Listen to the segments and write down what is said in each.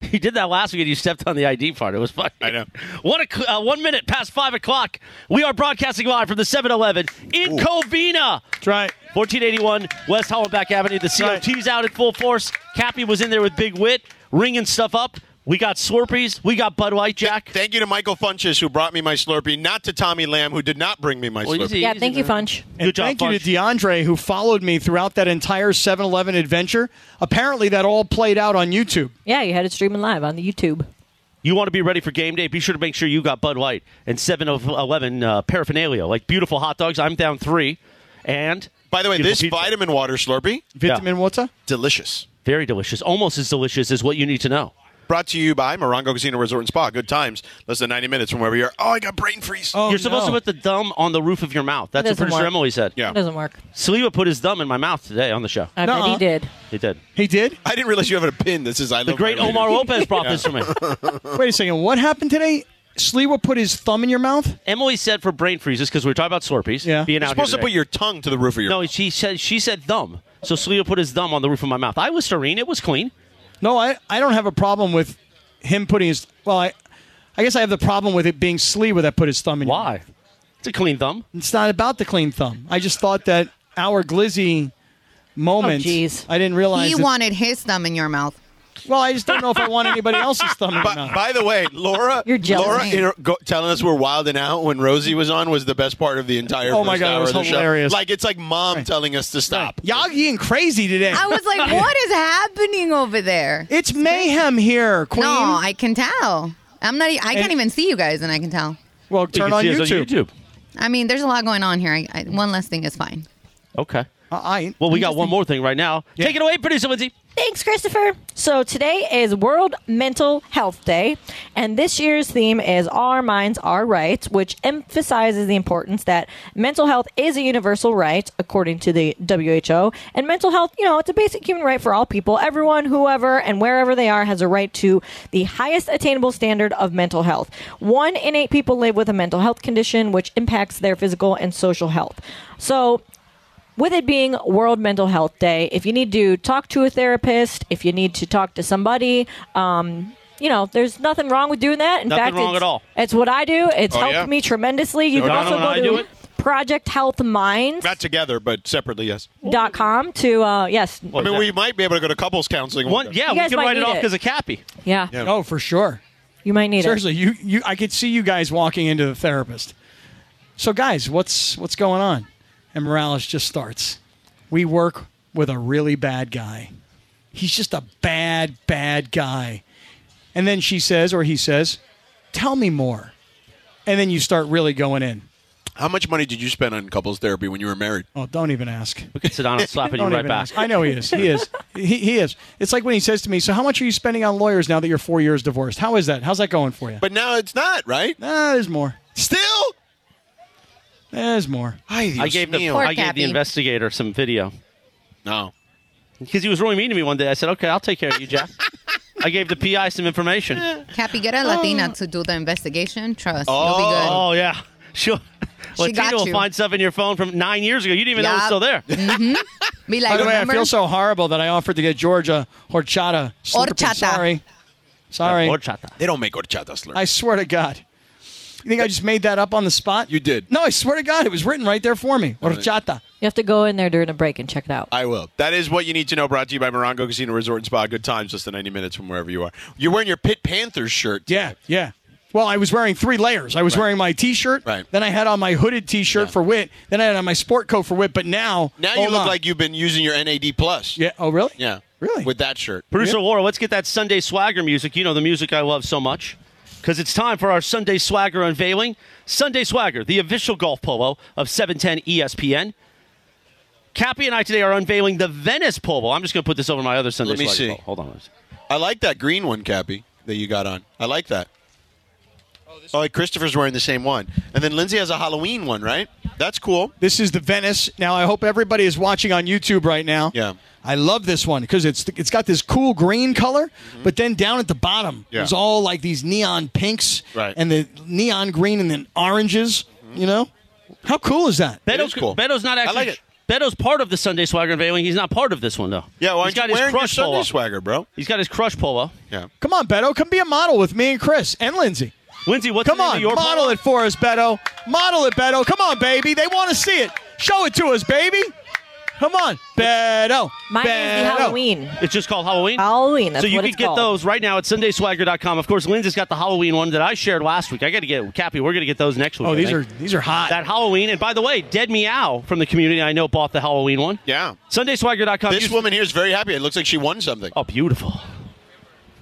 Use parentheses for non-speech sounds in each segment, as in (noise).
(laughs) You did that last week and you stepped on the ID part. It was funny. I know. What a, cl- uh, one minute past five o'clock. We are broadcasting live from the 7 Eleven in Covina. That's right. 1481 West Hollenbeck Avenue. The Right. COT's out in full force. Cappy was in there with Big Wit, ringing stuff up. We got Slurpees. We got Bud Light Jack. Thank you to Michael Funches who brought me my Slurpee, not to Tommy Lamb who did not bring me my Well, you Slurpee. see- Yeah, thank you, Funch. Good job, Thank you Funch. to DeAndre who followed me throughout that entire 7-Eleven adventure. Apparently, that all played out on YouTube. Yeah, you had it streaming live on the YouTube. You want to be ready for game day? Be sure to make sure you got Bud Light and 7 of 11 uh, paraphernalia, like beautiful hot dogs. I'm down three. And By the way, beautiful this pizza. vitamin water Slurpee, Vitamin Water. delicious. Very delicious. Almost as delicious as what you need to know. Brought to you by Morongo Casino Resort and Spa. Good times. Less than 90 minutes from wherever you are. Oh, I got brain freeze. Oh, You're supposed no. to put the thumb on the roof of your mouth. That's what It doesn't producer work. Emily said. Yeah. It doesn't work. Saliva put his thumb in my mouth today on the show. I bet Nuh-uh. he did. He did. He did. I didn't realize you have a pin that says I love The great my radio. Omar Lopez brought this (laughs) to me. Wait a second. What happened today? Sliwa put his thumb in your mouth. Emily said for brain freezes because we were talking about Slurpees. Yeah. Being You're out supposed here to put today. your tongue to the roof of your No, she said she said thumb. So Saliva put his thumb on the roof of my mouth. I was serene. It was clean. No, I, I don't have a problem with him putting his. Well, I, I guess I have the problem with it being Sliwa that put his thumb in. your mouth. Why? It's a clean thumb. It's not about the clean thumb. I just thought that our glizzy moment. Oh, jeez. I didn't realize. He that- wanted his thumb in your mouth. Well, I just don't know if I want anybody (laughs) else's thumb in my By, mouth. by the way, Laura, (laughs) You're jealous. Laura inter- go, telling us we're wilding out when Rosie was on was the best part of the entire. Oh my first God, it hour was of the hilarious. Show. Like it's like mom telling us to stop. Y'all getting crazy today. I (laughs) was like, what is happening over there? It's mayhem here, Queen. No, I can tell. I'm not. e- I And- can't even see you guys, and I can tell. well, You turn can on see us YouTube. YouTube. I mean, there's a lot going on here. I, I, one less thing is fine. Okay. I, Well, we got one more thing right now. Take it away, producer Lindsay. Thanks, Christopher. So today is World Mental Health Day, and this year's theme is Our Minds, Our Rights, which emphasizes the importance that mental health is a universal right, according to the WHO. And mental health, you know, it's a basic human right for all people. Everyone, whoever, and wherever they are, has a right to the highest attainable standard of mental health. One in eight people live with a mental health condition, which impacts their physical and social health. So with it being World Mental Health Day, if you need to talk to a therapist, if you need to talk to somebody, um, you know, there's nothing wrong with doing that. In Nothing fact, wrong it's, at all. It's what I do. It's Oh, helped yeah. me tremendously. You can Donna, also when I do go it? to projecthealthminds.com Not together, but separately, yes. to uh, yes, I mean, we might be able to go to couples counseling. One, yeah, You we guys can might write it need off it. because of Cappy. yeah, Yeah. Oh, for sure. you might need Seriously, you, you I could see you guys walking into the therapist. So guys, what's what's going on? And Morales just starts. We work with a really bad guy. He's just a bad, bad guy. And then she says, or he says, Tell me more. And then you start really going in. How much money did you spend on couples therapy when you were married? Oh, don't even ask. We could sit down (laughs) and slap it you Don't right even back. ask. I know he is. He is. He, he is. It's like when he says to me, So how much are you spending on lawyers now that you're four years divorced? How is that? How's that going for you? But now it's not right. Ah, there's more. Still, There's more. Ay, Dios I gave the mío. Poor I gave the Cappy. investigator some video no. because he was really mean to me one day. I said, "Okay, I'll take care of you, Jack." I gave the PI some information. (laughs) Cappy, get a Latina to do the investigation. Trust, Oh yeah, sure. She got Latina will you. find stuff in your phone from nine years ago. You didn't even know it was Yup. Mm-hmm. still there. you'll be good. Be like, By the way, I remember? feel so horrible that I offered to get Georgia horchata. Slurpee. Horchata. Sorry. Sorry. Horchata. They don't make horchata slurp. I swear to God. You think I just made that up on the spot? You did. No, I swear to God, it was written right there for me. Horchata. You have to go in there during a break and check it out. I will. That is what you need to know. Brought to you by Morongo Casino Resort and Spa. Good times, less than 90 minutes from wherever you are. You're wearing your Pit Panthers shirt. Yeah, yeah. Well, I was wearing three layers. I was wearing my T-shirt. Right. Then I had on my hooded T-shirt Yeah. for wit. Then I had on my sport coat for wit. But now, Now you hold look on. like you've been using your NAD plus. yeah. Oh, really? Yeah. Really? With that shirt. Producer Laura, let's get that Sunday Swagger music. You know the music I love so much. Because it's time for our Sunday Swagger unveiling. Sunday Swagger, the official golf polo of E 710 ESPN. Cappy and I today are unveiling the Venice polo. I'm just going to put this over my other Sunday Let me Swagger polo. see. Hold on. I like that green one, Cappy, that you got on. I like that. Oh, like Christopher's wearing the same one. And then Lindsay has a Halloween one, right? That's cool. This is the Venice. Now I hope everybody is watching on YouTube right now. Yeah. I love this one because it's it's got this cool green color, but then down at the bottom Mm-hmm. Yeah. there's all like these neon pinks Right. Mm-hmm. and the neon green and then oranges. You know, how cool is that? Beto's, is cool. Beto's not I actually. like it. Beto's part of the Sunday Swagger unveiling. He's not part of this one though. Yeah, why he's aren't got you his wearing your crush polo. Sunday swagger, bro? He's got his crush polo. Yeah. Come on, Beto. Come be a model with me and Chris and Lindsay. Lindsay, what's Come the name on, of your model polo? it for us, Beto. Model it, Beto. Come on, baby. They want to see it. Show it to us, baby. Come on, Beto. Mine is the Beto. Halloween. It's just called Halloween. Halloween. That's so you what can it's get called. those right now at sundayswagger.com. Of course, Lindsay's got the Halloween one that I shared last week. I got to get Cappy. We're going to get those next week. Oh, I these think. are these are hot. that Halloween. And by the way, Dead Meow from the community I know bought the Halloween one. Yeah. SundaySwagger.com. This Use- woman here is very happy. It looks like she won something. Oh, beautiful.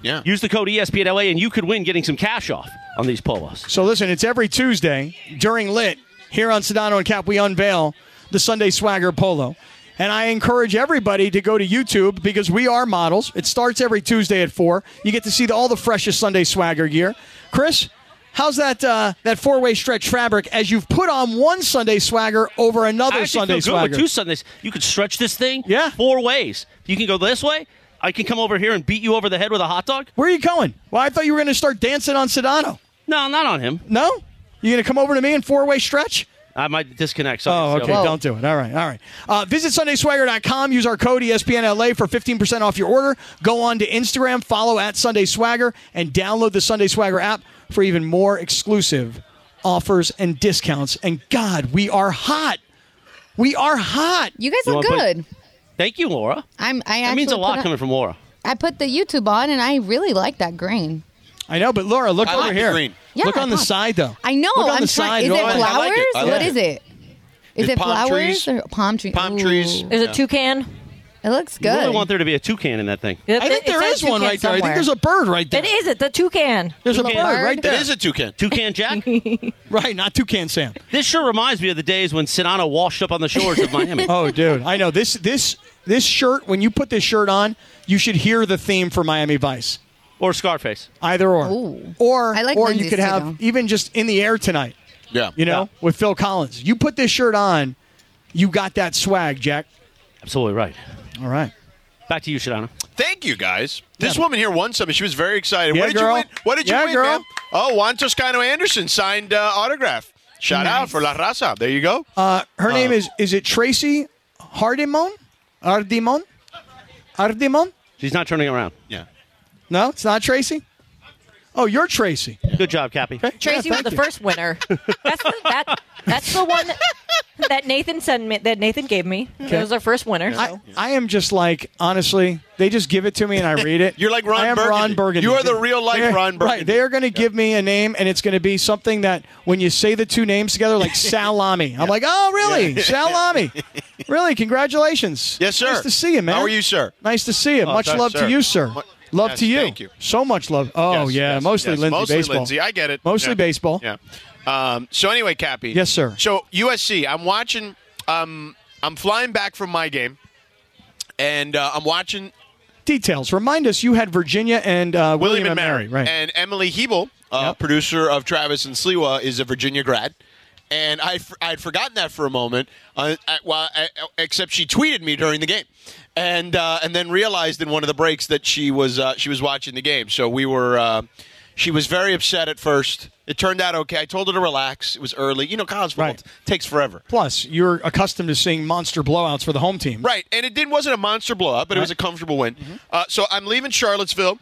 Yeah. Use the code E ESPNLA and you could win getting some cash off on these polos. So listen, it's every Tuesday during Lit here on Sedano and Cap. We unveil the Sunday Swagger Polo. And I encourage everybody to go to YouTube because we are models. It starts every Tuesday at 4. You get to see the- all the freshest Sunday Swagger gear. Chris, how's that uh, that four-way stretch fabric as you've put on one Sunday Swagger over another I actually Sunday feel good Swagger? with two Sundays. You could stretch this thing Yeah. four ways. You can go this way. I can come over here and beat you over the head with a hot dog. Where are you going? Well, I thought you were going to start dancing on Sedano. No, not on him. No? You going to come over to me in four-way stretch? I might disconnect. So Oh, okay. So. Don't do it. All right. All right. Uh, visit SundaySwagger.com. Use our code E ESPNLA for 15% off your order. Go on to Instagram, follow at Sunday Swagger, and download the Sunday Swagger app for even more exclusive offers and discounts. And God, we are hot. We are hot. You guys You look wanna put- good. Thank you, Laura. I'm. I That means a actually lot put coming from Laura. I put the YouTube on, and I really like that green. I know, but Laura, look I over like the here. green. Yeah, look on the huh. side, though. I know. Look on I'm the trying- side. Is Go it on. I like flowers? it. I like What it. is it? Is It's it palm flowers trees. or palm trees? Palm trees. Ooh, There's a toucan. It looks I really good. want there to be a toucan in that thing. I think It there says is one toucan right there. I think somewhere. there's a bird right there. It is it the toucan. There's a bird Toucan. right Bird? there. It is a toucan. Toucan Jack? (laughs) right, not Toucan Sam. this sure reminds me of the days when Sinano washed up on the shores of Miami. (laughs) Oh, dude, I know this this this shirt. When you put this shirt on, you should hear the theme for Miami Vice. Or Scarface. Either or, Ooh. or I like or you Lindsay's could too, have though. even just in the air tonight. Yeah. You know, Yeah. with Phil Collins, you put this shirt on, you got that swag, Jack. Absolutely right. All right, Back to you, Shadana. Thank you guys. This Yeah. woman here won something. She was very excited. Yeah, what did girl. you win? What did you Yeah, win, girl. ma'am? Oh, Juan Toscano Anderson signed uh, autograph. Shout out Nice. for La Raza. There you go. uh, her name is is it Tracy Hardimon? Hardimon? Hardimon? She's not turning around. yeah. No, it's not Tracy. Oh, you're Tracy. Good job, Cappy. Tracy Yeah, was thank the you. first winner. That's the, that, that's the one that Nathan sent me. That Nathan gave me. It was our first winner. I, so. I am just like honestly, they just give it to me and I read it. (laughs) You're like Ron I am Burgundy. Ron Burgundy. You are the real life They're- Ron Burgundy. Right. They are going to give me a name, and it's going to be something that when you say the two names together, (laughs) like salami. I'm like, oh, really, salami? really? Congratulations. Yes, sir. Nice to see you, man. How are you, sir? Nice to see you. much sir, love sir. to you, sir. Mu- Love yes, to you. thank you. So much love. Oh Yes, yeah, yes, mostly yes. Lindsay Mostly baseball. Lindsay. I get it. Mostly Yeah. baseball. Yeah. Um, so anyway, Cappy. Yes, sir. So USC, I'm watching. Um, I'm flying back from my game, and uh, I'm watching Details. Remind us. You had Virginia and uh, William, and Mary. Mary. Right. And Emily Hebel, uh, Yep. producer of Travis and Sliwa, is a Virginia grad. And I f- I had forgotten that for a moment, uh, I, well, I, except she tweeted me during the game, and uh, and then realized in one of the breaks that she was uh, she was watching the game. So we were, uh, she was very upset at first. It turned out okay. I told her to relax. It was early. You know, college football Right. t- takes forever. Plus, you're accustomed to seeing monster blowouts for the home team. Right, and it didn't wasn't a monster blowout, but it was a comfortable win. Mm-hmm. Uh, so I'm leaving Charlottesville.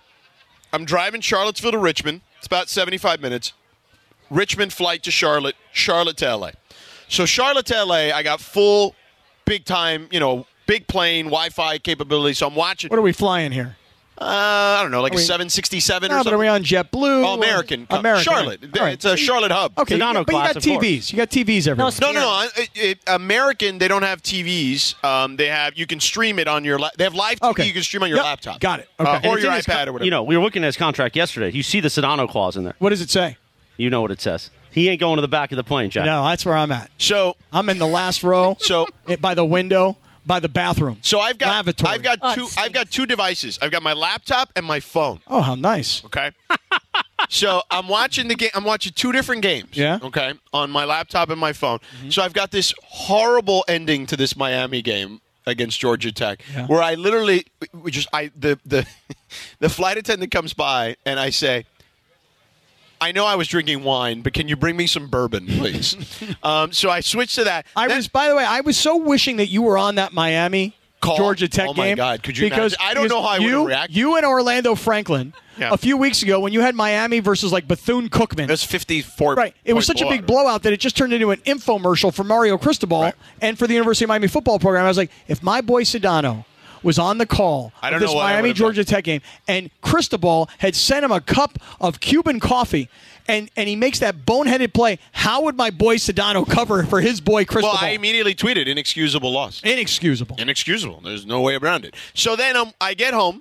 I'm driving Charlottesville to Richmond. It's about 75 minutes. Richmond flight to Charlotte, Charlotte to LA. So Charlotte to LA, I got full, big time, you know, big plane Wi-Fi capability. So I'm watching. What are we flying here? uh, I don't know, like are a we- 767 or No, but something. are we on JetBlue? All American, Or- uh, American. Charlotte. right. All right. It's a Charlotte hub. Okay, Sedano but you class, got of course. TVs. You got TVs everywhere. it's- No, no, no. I- It, it, American, they don't have TVs. Um, they have you can stream it on your. La- they have live TV. Okay. You can stream on your Yep. laptop. Got it. Uh, Okay. or It's your in his iPad con- or whatever. You know, we were looking at his contract yesterday. You see the Sedano clause in there. What does it say? You know what it says. He ain't going to the back of the plane, Jack. No, that's where I'm at. So I'm in the last row. So- it, by the window, by the bathroom. so I've got lavatory. I've got Oh, two it I've got two devices. I've got my laptop and my phone. Oh, how nice. Okay. (laughs) so I'm watching the game. I'm watching two different games. Yeah. Mm-hmm. Okay. On my laptop and my phone. So I've got this horrible ending to this Miami game against Georgia Tech, Yeah. where I literally we (laughs) just I the the the flight attendant comes by and I say. I know I was drinking wine, but can you bring me some bourbon, (laughs) please? um, so I switched to that. I Then- was, by the way, I was so wishing that you were on that Miami Call. Georgia Tech Oh game. my God, could you Because imagine? I don't because know how I would've you, reacted. You and Orlando Franklin Yeah. a few weeks ago when you had Miami versus like Bethune Cookman. That's 54. Right. It was point such a big blowout. blowout that it just turned into an infomercial for Mario Cristobal Right. and for the University of Miami football program. I was like, if my boy Sedano was on the call I of don't this know what I Miami would've done. Georgia Tech game and Cristobal had sent him a cup of Cuban coffee and, and he makes that boneheaded play, how would my boy Sedano cover for his boy Cristobal? Well, I immediately tweeted inexcusable loss. Inexcusable. Inexcusable. There's no way around it. So then um, I get home,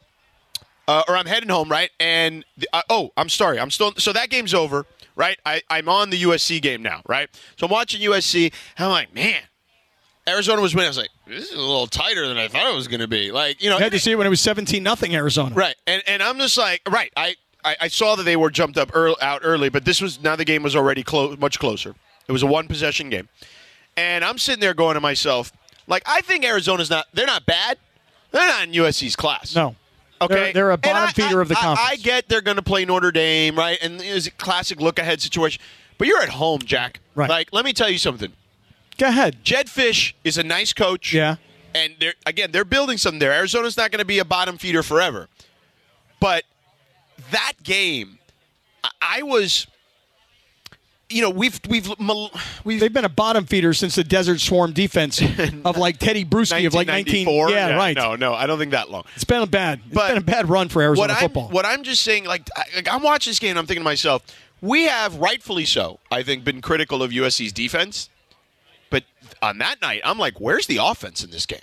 uh, or I'm heading home, right? And the, uh, oh, I'm sorry, I'm still. So that game's over, right? I, I'm on the USC game now, right? So I'm watching USC. And I'm like, man, Arizona was winning. I was like, this is a little tighter than I thought it was going to be. Like, you know, You had to see it when it was 17 nothing Arizona. Right, and and I'm just like, right, I I, I saw that they were jumped up earl out early, but this was now the game was already close, much closer. It was a one possession game, and I'm sitting there going to myself, like, I think Arizona's not, they're not bad, they're not in USC's class. No. Okay, They're, they're a And bottom I- feeder I- of the I- conference. I, get they're going to play Notre Dame, right? And it was a classic look ahead situation. But you're at home, Jack. Right. Like, let me tell you something. Go ahead. Jed Fish is a nice coach. Yeah. And they're again, they're building something there. Arizona's not going to be a bottom feeder forever. But that game, I, I was you know, we've we've mal- we've They've been a bottom feeder since the Desert Swarm (laughs) defense of like Teddy Bruschi of like 19. 1994. Yeah, right. No, no, I don't think that long. It's been a bad. It's But been a bad run for Arizona what I'm, football. What I'm just saying, like, I, like I'm watching this game, and I'm thinking to myself, we have rightfully so, I think, been critical of USC's defense, but on that night, I'm like, where's the offense in this game?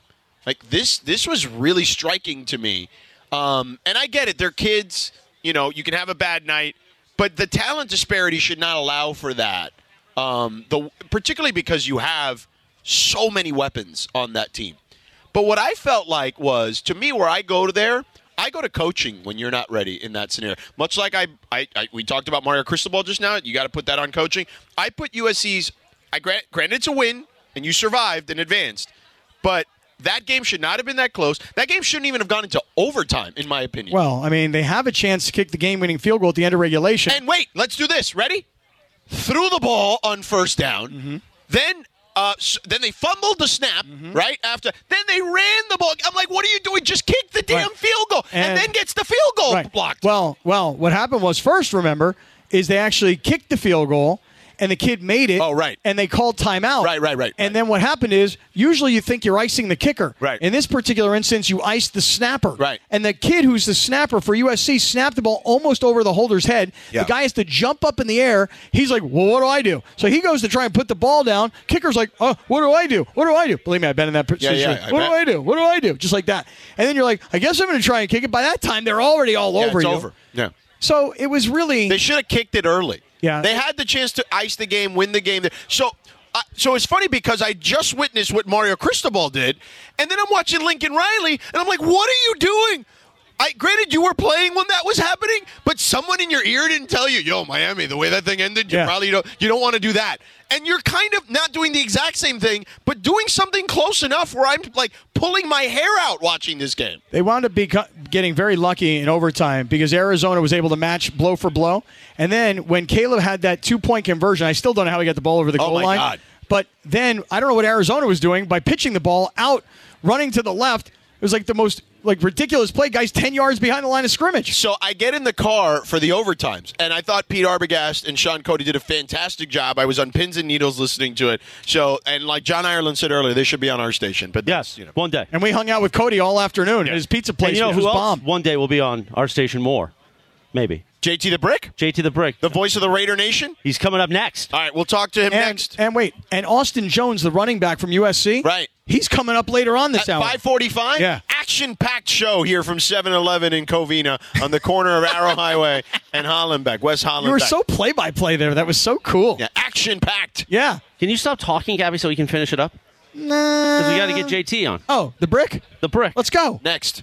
Like this, this was really striking to me, um, and I get it. They're kids, you know. You can have a bad night, but the talent disparity should not allow for that. Um, the particularly because you have so many weapons on that team. But what I felt like was, to me, where I go to there, I go to coaching when you're not ready in that scenario. Much like I, I, I we talked about Mario Cristobal just now. You got to put that on coaching. I put USC's. I grant, granted it's a win, and you survived and advanced, but that game should not have been that close. That game shouldn't even have gone into overtime, in my opinion. well, I mean, they have a chance to kick the game-winning field goal at the end of regulation. And wait, let's do this. Ready? Threw the ball on first down. Mm-hmm. Then. Uh, s then they fumbled the snap right after. Then they ran the ball. I'm like, what are you doing? Just kick the damn Right. field goal, and, And- then gets the field goal Right. blocked. Well, well, what happened was first. Remember, is they actually kicked the field goal. And the kid made it. Oh, right. And they called timeout. Right, right, right, right. And then what happened is usually you think you're icing the kicker. Right. In this particular instance, you iced the snapper. Right. And the kid who's the snapper for USC snapped the ball almost over the holder's head. Yeah. The guy has to jump up in the air. He's like, "Well, what do I do?" So he goes to try and put the ball down. Kicker's like, "Oh, what do I do? What do I do?" Believe me, I've been in that Yeah, yeah, yeah, I what bet. do I do? What do I do? Just like that. And then you're like, I guess I'm going to try and kick it. By that time, they're already all Yeah, over it's you. over. Yeah. So it was really They should have kicked it early. Yeah. They had the chance to ice the game, win the game. So, uh, so it's funny because I just witnessed what Mario Cristobal did, and then I'm watching Lincoln Riley, and I'm like, "What are you doing?" I granted you were playing when that was happening, but someone in your ear didn't tell you, "Yo, Miami, the way that thing ended, you Yeah. probably don't you don't want to do that." And you're kind of not doing the exact same thing, but doing something close enough where I'm like pulling my hair out watching this game. they wound up beco- getting very lucky in overtime because Arizona was able to match blow for blow. And then when Caleb had that two point conversion, I still don't know how he got the ball over the Oh, goal my line. God. But then I don't know what Arizona was doing by pitching the ball out, running to the left. It was like the most like ridiculous play. Guys, ten yards behind the line of scrimmage. So I get in the car for the overtimes, and I thought Pete Arbogast and Sean Cody did a fantastic job. I was on pins and needles listening to it. So, and like John Ireland said earlier, they should be on our station. But that's, Yes, you know. one day. And we hung out with Cody all afternoon at his pizza place, And you know which who else? was bomb. One day will be on our station more, maybe. JT the Brick, JT the Brick. the voice of the Raider Nation. He's coming up next. All right, we'll talk to him and, next And wait, and Austin Jones, the running back from USC, Right. He's coming up later on this at hour. 5:45. Yeah. action-packed show here from 7-Eleven in Covina on the corner of Arrow Highway and Hollenbeck, West Hollenbeck. you were so play by play there. That was so cool. yeah, action-packed. Yeah. Can you stop talking, Gabby, so we can finish it up? Nah. Because we got to get JT on. Oh, the brick. The Brick. Let's go. Next.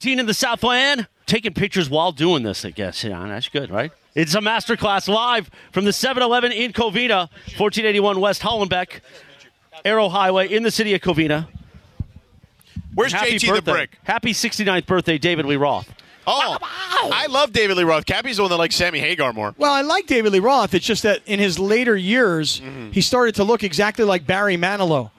Teen in the Southland taking pictures while doing this, I guess. Yeah, that's good, right? It's a masterclass live from the 7 Eleven in Covina, 1481 West Hollenbeck, Arrow Highway in the city of Covina. Where's Happy JT birthday. the Brick? Happy 69th birthday, David Lee Roth. Oh, I love David Lee Roth. Cappy's the one that likes Sammy Hagar more. Well, I like David Lee Roth. It's just that in his later years, Mm-hmm. he started to look exactly like Barry Manilow.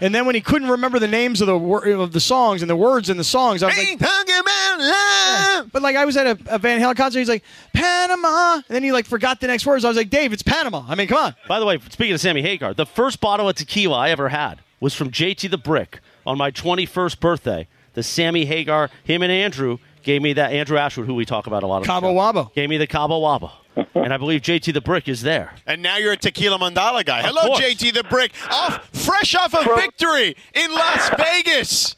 And then when he couldn't remember the names of the wor- of the songs and the words in the songs, I was like, but like I was at a, a Van Halen concert, he's like Panama, and then he like forgot the next words. I was like, Dave, it's Panama. I mean, come on. By the way, speaking of Sammy Hagar, the first bottle of tequila I ever had was from JT the Brick on my 21st birthday. The Sammy Hagar, him and Andrew gave me that. Andrew Ashwood, who we talk about a lot. on the Cabo show, Wabo. Gave me the Cabo (laughs) Wabo. and I believe JT the Brick is there. And now you're a Tequila Mandala guy. Hello, course. JT the Brick. Off, fresh off a victory in Las Vegas.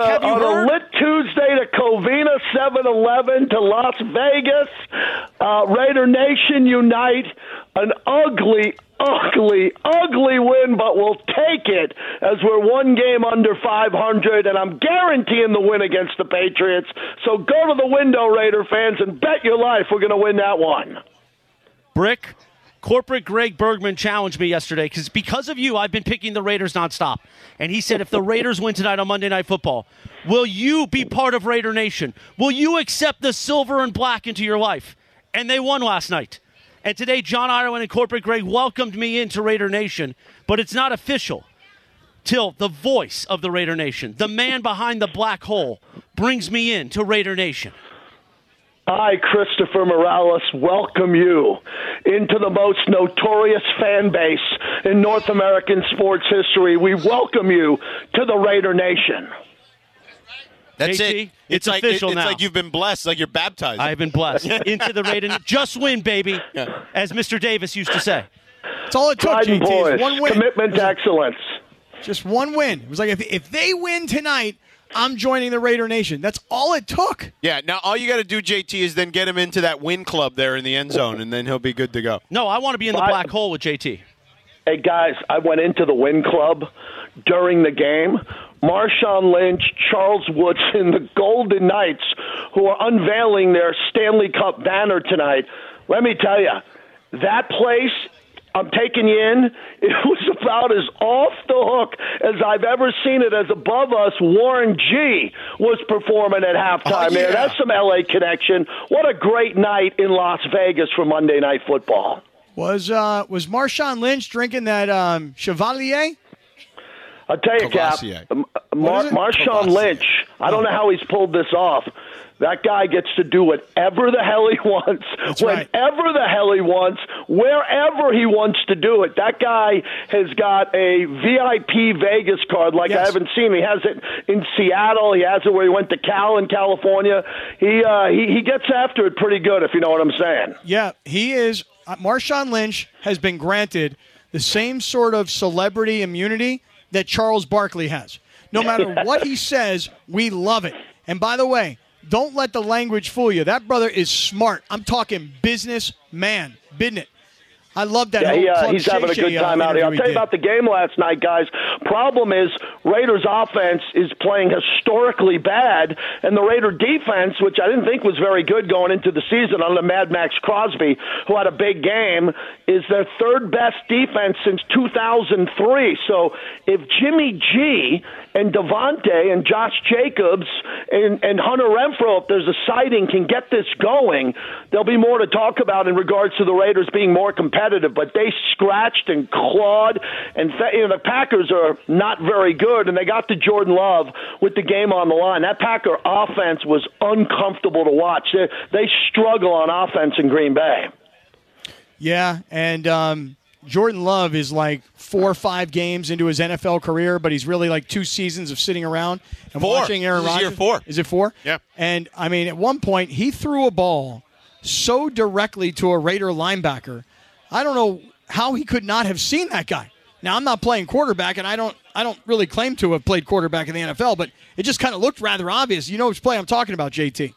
on a, have you on a heard? lit Tuesday to Covina, 7-Eleven to Las Vegas. Uh, Raider Nation unite. An ugly, ugly, ugly win, but we'll take it as we're one game under 500, and I'm guaranteeing the win against the Patriots. So go to the window, Raider fans, and bet your life we're going to win that one. Brick, corporate Greg Bergman challenged me yesterday because because of you, I've been picking the Raiders nonstop. And he said, if the Raiders win tonight on Monday Night Football, will you be part of Raider Nation? Will you accept the silver and black into your life? And they won last night. And today, John Ireland and corporate Greg welcomed me into Raider Nation, but it's not official till the voice of the Raider Nation, the man behind the black hole, brings me in to Raider Nation. I, Christopher Morales, welcome you into the most notorious fan base in North American sports history. We welcome you to the Raider Nation. That's JT, it. it's official it- it's now. like you've been blessed, like you're baptized. I've been blessed into the Raiden. Just win, baby, as Mr. Davis used to say. That's all it took. Pride and JT, boys, is one win. commitment It was to excellence. Just one win. It was like if if they win tonight, I'm joining the Raider Nation. That's all it took. yeah, now all you got to do, JT, is then get him into that win club there in the end zone, and then he'll be good to go. No, Oh, I want to be in the Well, I- black hole with JT. Hey, guys, I went into the Win Club during the game. Marshawn Lynch, Charles (laughs) Woodson, the Golden Knights, who are unveiling their Stanley Cup banner tonight. Let me tell you, that place I'm taking you in, (laughs) it was about as off the hook as I've ever seen it, as above us, Warren G was performing at halftime Oh, there. yeah. That's some LA connection. What a great night in Las Vegas for Monday Night Football. Was uh was Marshawn Lynch drinking that um Chevalier? I'll tell you, Cap. Kovacic. M- Mar- is it? Marshawn Kovacic. Lynch. I don't know how he's pulled this off. That guy gets to do whatever the hell he (laughs) wants, That's right. whenever the hell he wants, wherever he wants to do it. That guy has got a VIP Vegas card like I Yes. haven't seen. He has it in Seattle. He has it where he went to Cal in California. He uh, he, he gets after it pretty good, if you know what I'm saying. Yeah, he is. Uh, Marshawn Lynch has been granted the same sort of celebrity immunity that Charles Barkley has. No (laughs) matter what he says, we love it. And by the way, don't let the language fool you. That brother is smart. I'm talking business man, bidn't it? I love that. Yeah, whole he, uh, Club he's having a Shay good Shay, uh, time out here. I'll interview tell you he did. about the game last night, guys. Problem is, Raiders offense is playing historically bad, and the Raider defense, which I didn't think was very good going into the season, under Mad Max Crosby, who had a big game, is their third best defense since 2003. So if Jimmy G and Devontae and Josh Jacobs and, and Hunter Renfro, if there's a sighting, can get this going, there'll be more to talk about in regards to the Raiders being more competitive. But they scratched and clawed, and fa- you know the Packers are not very good, and they got to Jordan Love with the game on the line. That Packer offense was uncomfortable to watch. They, they struggle on offense in Green Bay. Yeah, and um, Jordan Love is like four or five games into his NFL career, but he's really like two seasons of sitting around and Four. watching Aaron This is Rodgers. year four. Is it four? Yeah. And I mean, at one point he threw a ball so directly to a Raider linebacker. I don't know how he could not have seen that guy. Now I'm not playing quarterback, and I don't I don't really claim to have played quarterback in the NFL, but it just kind of looked rather obvious. You know which play I'm talking about, JT.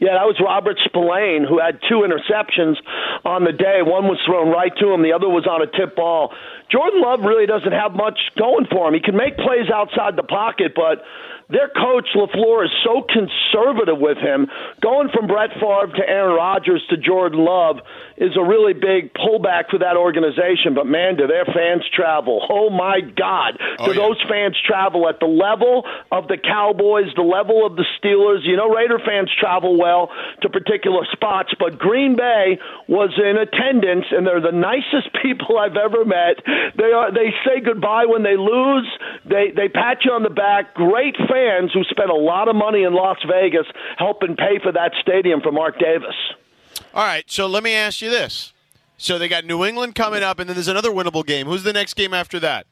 Yeah, that was Robert Spillane, who had two interceptions on the day. One was thrown right to him, the other was on a tip ball. Jordan Love really doesn't have much going for him. He can make plays outside the pocket, but their coach, LaFleur, is so conservative with him. Going from Brett Favre to Aaron Rodgers to Jordan Love is a really big pullback for that organization. But man, do their fans travel. Oh my God. Do Oh, yeah. those those fans travel at the level of the Cowboys, the level of the Steelers. You know, Raider fans travel well to particular spots, but Green Bay was in attendance, and they're the nicest (laughs) people I've ever met. They are. They say goodbye when they lose. They they pat you on the back. Great fans who spent a lot of money in Las Vegas helping pay for that stadium for Mark Davis. All right, so let me ask you this. So they got New England coming up, and then there's another winnable game. Who's the next game after that?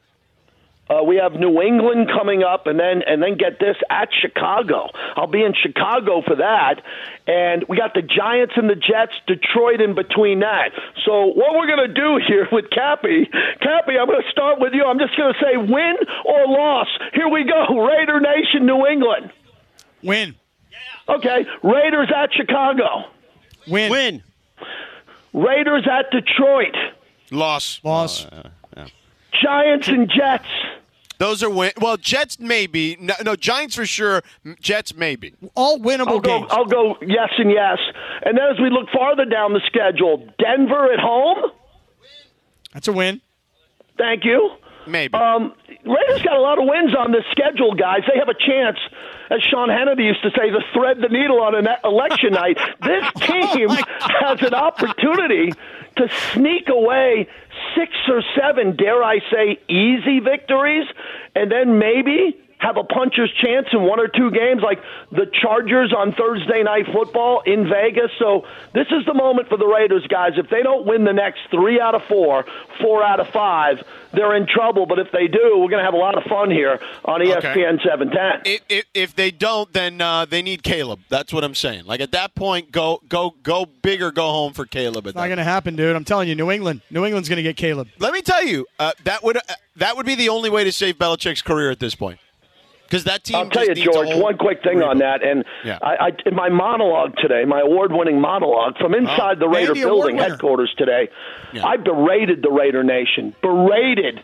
Uh, we have New England coming up, and then and then get this at Chicago. I'll be in Chicago for that, and we got the Giants and the Jets, Detroit in between that. So what we're gonna do (laughs) here with Cappy, Cappy, I'm gonna start with you. I'm just gonna say win or loss. Here we go, (laughs) Raider Nation, New England. Win, Okay, Raiders at Chicago, win, Win. Raiders at Detroit, Loss. loss. Giants and Jets. Oh, Those are win. Well, Jets maybe. No, no Giants for sure. M- Jets maybe. All winnable I'll go, games. I'll go yes and yes. And then as we look farther down the schedule, Denver at home. That's a win. Thank you. Maybe. Um, Raiders got a lot of wins on this schedule, guys. They have a chance, as Sean Hannity used to say, to thread the needle on an e-, (laughs) election night. This Oh team has an opportunity to sneak away six or seven, dare I say, easy victories, and then maybe have a puncher's chance in one or two games, like the Chargers on Thursday Night Football in Vegas. So this is the moment for the Raiders, guys. If they don't win the next three out of four, four out of five, they're in trouble. But if they do, we're going to have a lot of fun here on E ESPN 710. if, if, if they don't, then uh, they need Caleb. That's what I'm saying. Like at that point, go go go big or go home for Caleb. At Not that. going to happen, dude. I'm telling you, New England. New England's going to get Caleb. Let me tell you, uh, that would uh, that would be the only way to save Belichick's career at this point. Because that team. I'll tell just you, needs a George, whole one quick thing on rebuild. that. And Yeah. I, I, in my monologue today, my award winning monologue from inside the Raider Mandy Oh. Award building winner. headquarters today, I berated the Raider Nation, berated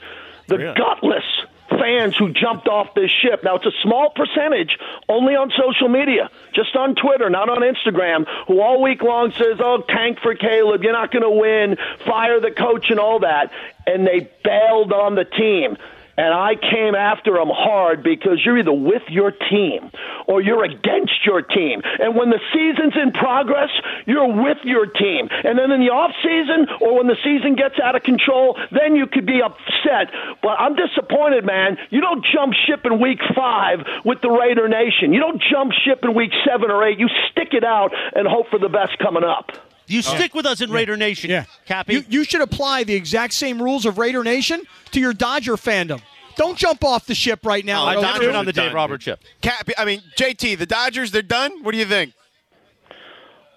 the gutless fans who jumped off this ship. Now, it's a small percentage only on social media, just on Twitter, not on Instagram, who all week long says, oh, tank for Caleb, you're not going to win, fire the coach, and all that. And they bailed on the team. And I came after them hard because you're either with your team or you're against your team. And when the season's in progress, you're with your team. And then in the off season or when the season gets out of control, then you could be upset. But I'm disappointed, man. You don't jump ship in week five with the Raider Nation. You don't jump ship in week seven or eight. You stick it out and hope for the best coming up. You Oh. stick with us in Raider Nation, Yeah. Cappy. You, you should apply the exact same rules of Raider Nation to your Dodger fandom. Don't jump off the ship right now. Oh, I've Go never Dodger- been on the Done, Dave dude. Robert chip. Cap, I mean, JT, the Dodgers, they're done. What do you think?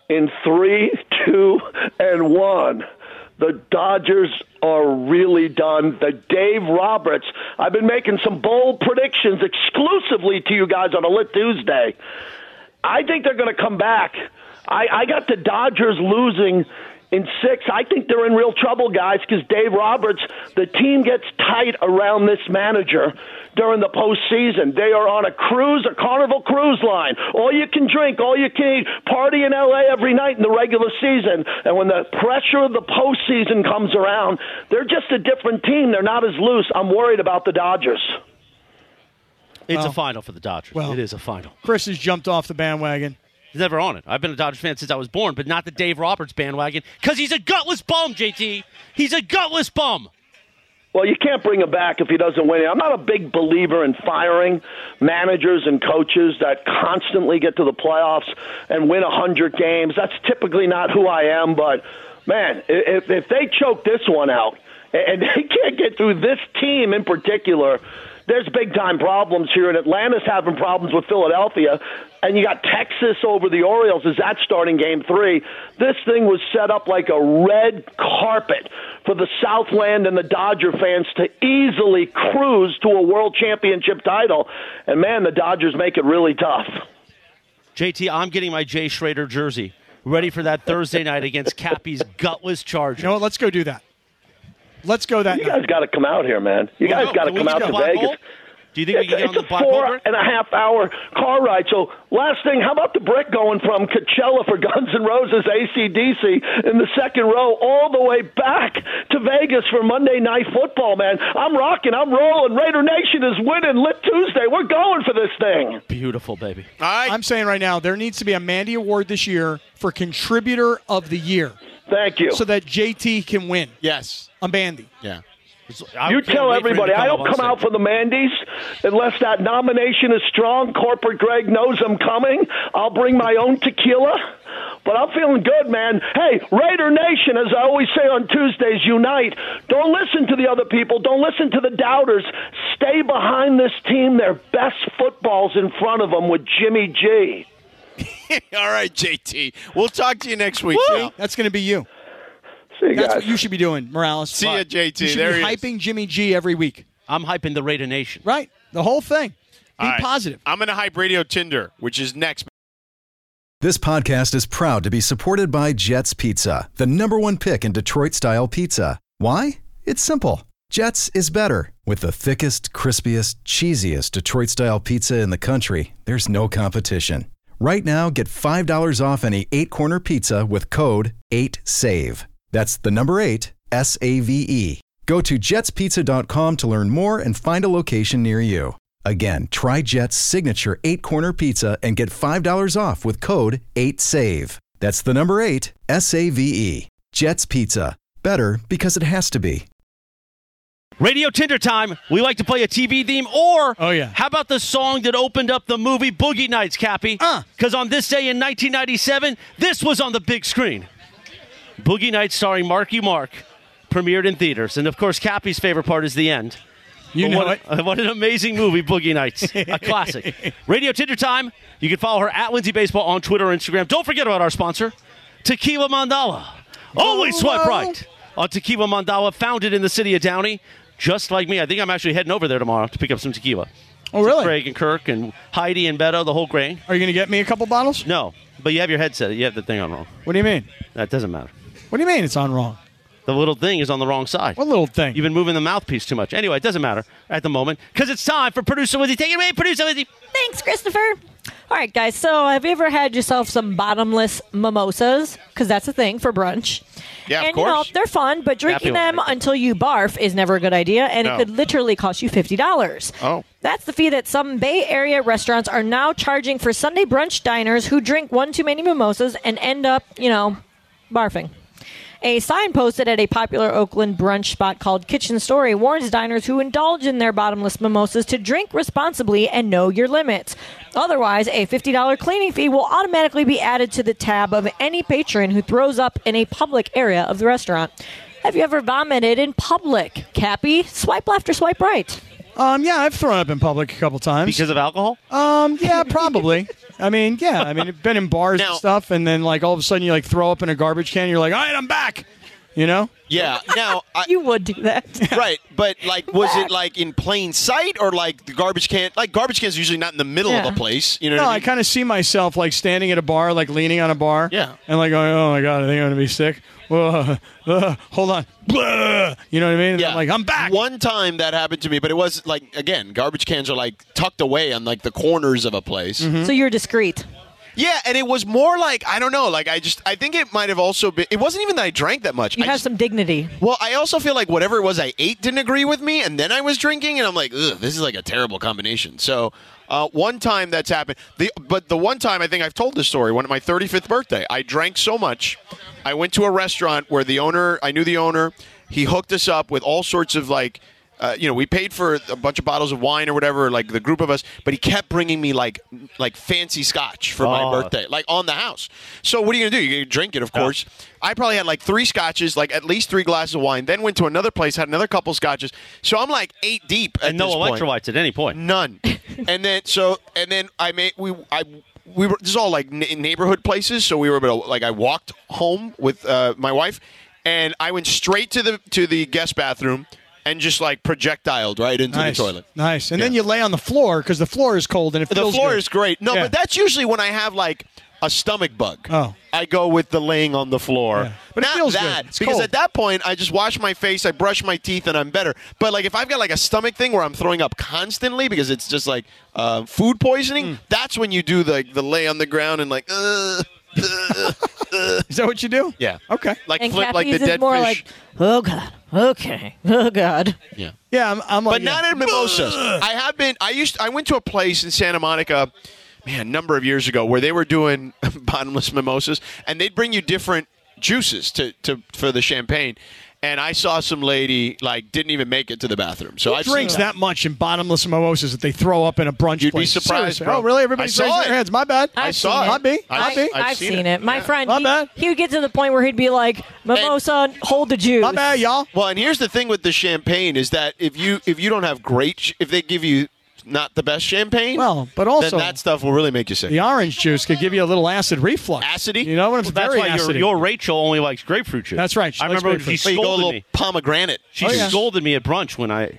in three, two, and one. The Dodgers are really done. The Dave Roberts. I've been making some bold predictions exclusively to you guys on a lit Tuesday. I think they're going to come back. I, I got the Dodgers losing in six. I think they're in real trouble, guys, because Dave Roberts, the team gets tight around this manager during the postseason. They are on a cruise, a carnival cruise line. All you can drink, all you can eat, party in LA every night in the regular season. And when the pressure of the postseason comes around, they're just a different team. They're not as loose. I'm worried about the Dodgers. It's Well- a final for the Dodgers. well- it is a final. Chris has jumped off the bandwagon. He's never on it. I've been a Dodgers fan since I was born, but not the Dave Roberts bandwagon because he's a gutless bum, JT. He's a gutless bum. Well, you can't bring him back if he doesn't win it. I'm not a big believer in firing managers and coaches that constantly get to the playoffs and win 100 games. That's typically not who I am, but man, i- if, if they choke this one out a- and (laughs) they can't get through this team in particular, there's big time problems here, and Atlanta's having problems with Philadelphia, and you got Texas over the Orioles. Is that starting game three? This thing was set up like a red carpet for the Southland and the Dodger fans to easily cruise to a world championship title. And man, the Dodgers make it really tough. JT, I'm getting my Jay Schrader jersey ready for that Thursday night against Cappy's gutless Chargers. You know what? Let's go do that. Let's go that You night. guys got to come out here, man. You guys got to Can we come get out the to black Vegas. hole? Do you think we It's, can it's get on the a black hole? four Bert? and a half hour car ride. So, last thing, how about the brick going from Coachella for (laughs) Guns N' Roses ACDC in the second row all the way back to Vegas for Monday Night Football, man? I'm rocking, I'm rolling. Raider Nation is winning. Lit Tuesday. We're going for this thing. Beautiful, baby. All right. I'm saying right now, there needs to be a Mandy Award this year for Contributor of the Year Thank you. so that JT can win yes. a Mandy. Yeah. I You can't wait tell for him everybody to I up don't on come out stage. for the Mandy's unless that nomination is strong. Corporate Greg knows I'm coming. I'll bring my own tequila, but I'm feeling good, man. Hey, Raider Nation, as I always say on Tuesdays, unite. Don't listen to the other people. Don't listen to the doubters. Stay behind this team. Their best football's in front of them with Jimmy G. (laughs) All right, JT. We'll talk to you next week. pal. That's going to be you. See you That's guys. what you should be doing, Morales. See ya, JT. You should There be he is. hyping Jimmy G every week. I'm hyping the Raider Nation. Right. The whole thing. Be All right. positive. I'm going to hype Radio Tinder, which is next. This podcast is proud to be supported by Jets Pizza, the number one pick in Detroit style pizza. Why? It's simple. Jets is better. With the thickest, crispiest, cheesiest Detroit style pizza in the country, there's no competition. Right now, get $5 off any eight corner pizza with code 8SAVE. That's the number eight, S A V E. Go to jetspizza.com to learn more and find a location near you. Again, try Jet's signature eight corner pizza and get $5 off with code 8SAVE. That's the number eight, S A V E. Jet's Pizza. Better because it has to be. Radio Tinder time. We like to play a TV theme, or Oh, yeah. how about the song that opened up the movie Boogie Nights, Cappy? Uh. Because on this day in 1997, this was on the big screen. Boogie Nights, starring Marky Mark, premiered in theaters, and of course, Cappy's favorite part is the end. You But know what, it. uh, (laughs) what an amazing movie, Boogie Nights. (laughs) a classic. Radio Tinder Time. You can follow her at Lindsay Baseball on Twitter and Instagram. Don't forget about our sponsor, Tequila Mandala. Oh, Always swipe right on Tequila Mandala, founded in the city of Downey. Just like me, I think I'm actually heading over there tomorrow to pick up some tequila. Oh, really? Craig and Kirk and Heidi and Beto, the whole grain. Are you going to get me a couple bottles? No, but you have your headset. You have the thing on wrong. What do you mean? That doesn't matter. What do you mean it's on wrong? The little thing is on the wrong side. What little thing? You've been moving the mouthpiece too much. Anyway, it doesn't matter at the moment because it's time for producer Lizzie. Take it away, producer Lizzie. Thanks, Christopher. All right, guys. So, have you ever had yourself some bottomless mimosas? Because that's a thing for brunch. Yeah, of and, you know, course. they're fun, but Happy drinking one. them until you barf is never a good idea, and No. it could literally cost you fifty dollars. Oh. that's the fee that some Bay Area restaurants are now charging for Sunday brunch diners who drink one too many mimosas and end up, you know, barfing. A sign posted at a popular Oakland brunch spot called Kitchen Story warns diners who indulge in their bottomless mimosas to drink responsibly and know your limits. Otherwise, a $50 cleaning fee will automatically be added to the tab of any patron who throws up in a public area of the restaurant. Have you ever vomited in public? Cappy, swipe left or swipe right? Um, yeah, I've thrown up in public a couple times. Because of alcohol? um, yeah, probably. I mean, yeah, I mean, I've been in bars Now- and stuff, and then like all of a sudden you like throw up in a garbage can. And you're like, all right, I'm back. You know? Yeah. Now, I, (laughs) You would do (laughs) that. right, but like, was it like in plain sight or like the garbage can? Like garbage cans are usually not in the middle Yeah. of a place. You know. No, what I kind of see myself like standing at a bar, like leaning on a bar. Yeah. And like going, oh my God, I think I'm going to be sick. Whoa, (laughs) uh, hold on. Blah. You know what I mean? And I'm like, I'm back. One time that happened to me, but it was like again, garbage cans are like tucked away on like the corners of a place. Mm-hmm. So you're discreet. Yeah, and it was more like I don't know, like I just I think it might have also been. It wasn't even that I drank that much. You I have just- some dignity. Well, I also feel like whatever it was I ate didn't agree with me, and then I was drinking, and I'm like, Ugh, this is like a terrible combination. So, uh, one time that's happened. The but the one time I think I've told this story. When at my 35th birthday, I drank so much, I went to a restaurant where the owner, I knew the owner, he hooked us up with all sorts of like. Uh, you know, we paid for a bunch of bottles of wine or whatever, like the group of us. But he kept bringing me like, like fancy scotch for my Oh. birthday birthday, like on the house. So what are you gonna do? You're gonna drink it, of course. I probably had like three scotches, like at least three glasses of wine. Then went to another place, had another couple scotches. So I'm like eight deep at And no this point. electrolytes at any point. (laughs) None. and then so and then I made we I we were this is all like n- neighborhood places. So we were able to, like I walked home with uh, my wife, and I went straight to the to the guest bathroom and just like projectiled right into nice. the toilet. Nice. And then Yeah. you lay on the floor because the floor is cold and it The feels floor good. is great. No, Yeah. but that's usually when I have like a stomach bug. Oh. I go with the laying on the floor. Yeah. But it Not feels good. that It's because cold. at that point I just wash my face, I brush my teeth, and I'm better. But like if I've got like a stomach thing where I'm throwing up constantly because it's just like uh, food Mm. poisoning, that's when you do the the lay on the ground and like. (laughs) Uh, uh, uh. Is that what you do? Yeah. Okay. Like And flip like the Kathy's is dead more fish. like, oh God, okay, oh God. yeah. Yeah, I'm, I'm like, but not yeah. at mimosas. I have been. I used. I went to a place in Santa Monica, man, a number of years ago, where they were doing (laughs) bottomless mimosas, and they'd bring you different juices to, to for the champagne. And I saw some lady like didn't even make it to the bathroom. So I drinks that much in bottomless mimosas that they throw up in a brunch You'd be place. surprised, Seriously. bro. Oh, really? Everybody's I saw raising it. their hands. My bad. I I've saw seen it. I'd be. I- I'd be. I've, seen, it. My Yeah. friend, My he, bad. he would get to the point where he'd be like, "Mimosa, hold the juice." My bad, y'all. Well, and here's the thing with the champagne is that if you if you don't have great, ch- if they give you not the best champagne, Well, but then also- that stuff will really make you sick. The orange juice could give you a little acid reflux. Acidy? You know what Well, I'm saying? that's Very why your, acidy. your Rachel only likes grapefruit juice. That's right, she I likes remember when she grapefruit. Well, you go a scolded little me. pomegranate. She Oh, yeah. scolded me at brunch when I.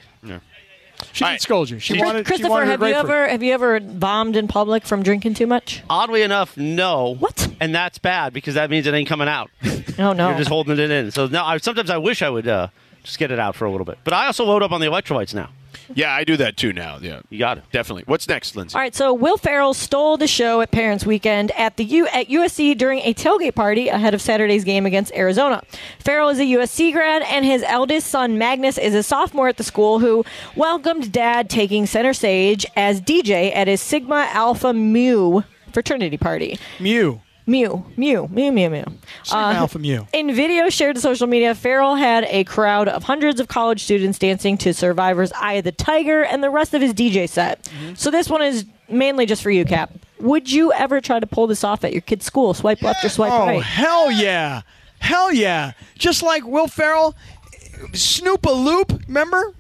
she All did right. scold you. She Chris- wanted, she Christopher, wanted her have you grapefruit. ever have you ever bombed in public from drinking too much? Oddly enough, no. What? And that's bad because that means it ain't coming out. (laughs) Oh no, You're just holding it in. So now, I, sometimes I wish I would uh, just get it out for a little bit. But I also load up on the electrolytes now. Yeah, I do that too now. Yeah, You got it. definitely. What's next, Lindsay? All right, so Will Farrell stole the show at Parents Weekend at the U- at USC during a tailgate party ahead of Saturday's game against Arizona. Farrell is a USC grad, and his eldest son Magnus is a sophomore at the school who welcomed Dad taking center stage as DJ at his Sigma Alpha Mu fraternity party. Mew. Mu, Mu, Mu, Mu, Uh, Mu. Sigma Alpha Mu. In video shared to social media, Farrell had a crowd of hundreds of college students dancing to Survivor's Eye of the Tiger and the rest of his DJ set. So this one is mainly just for you, Cap. Would you ever try to pull this off at your kid's school? Swipe left or swipe Oh, right? hell yeah. Hell yeah. Just like Will Ferrell, Snoop a Loop, remember?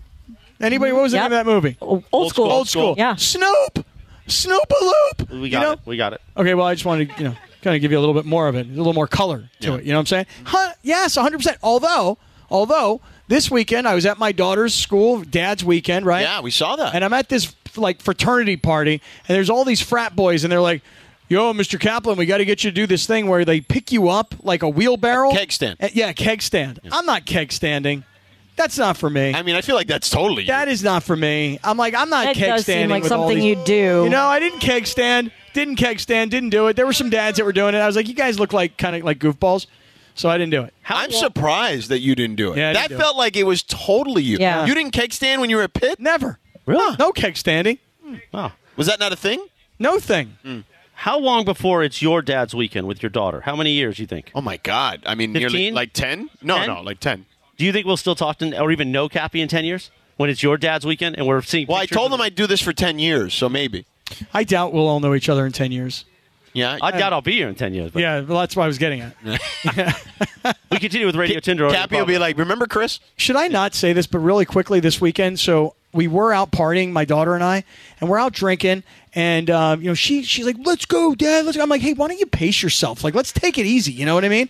Anybody, what was the Yep. name of that movie? O- Old school. Old school. Yeah. Snoop! Snoop a Loop! We You got know? it. We got it. Okay, well, I just wanted to, you know, kind of give you a little bit more of it, a little more color to it. You know what I'm saying? Huh, yes, 100%. Although, although this weekend I was at my daughter's school, dad's weekend, right? Yeah, we saw that. And I'm at this like fraternity party, and there's all these frat boys, and they're like, "Yo, Mr. Kaplan, we got to get you to do this thing where they pick you up like a wheelbarrow, A keg stand. Uh, yeah, keg stand. I'm not keg standing. That's not for me. I mean, I feel like that's totally. you. that is not for me. I'm like, I'm not That keg does standing. seem like with all something these- you do. You know, I didn't keg stand. Didn't keg stand. Didn't do it. There were some dads that were doing it. I was like, you guys look like kind of like goofballs, so I didn't do it. I'm surprised that you didn't do it. Yeah, I that didn't do felt like it was totally you. Yeah. You didn't cake stand when you were a pit? Never. Really? No keg standing. Wow. Was that not a thing? Hmm. No thing. Hmm. How long before it's your dad's weekend with your daughter? How many years you think? Oh my god. I mean nearly 15? like 10? No, 10? no, like 10. Do you think we'll still talk to or even know Cappy in ten years when it's your dad's weekend and we're seeing? Well, I pictures told of- them I'd do this for 10 years, so maybe. I doubt we'll all know each other in ten years. Yeah. I doubt I'll be here in ten (laughs) years. But Yeah, well, that's what I was getting at. We continue with Radio Tinder. Cappy will be like, "Remember Chris?" Should I not say this, but really quickly this weekend? So we were out partying, my daughter and I, and we're out drinking. And um, you know, she she's like, "Let's go, Dad. Let's." Go. I'm like, "Hey, why don't you pace yourself? Like, let's take it easy." You know what I mean?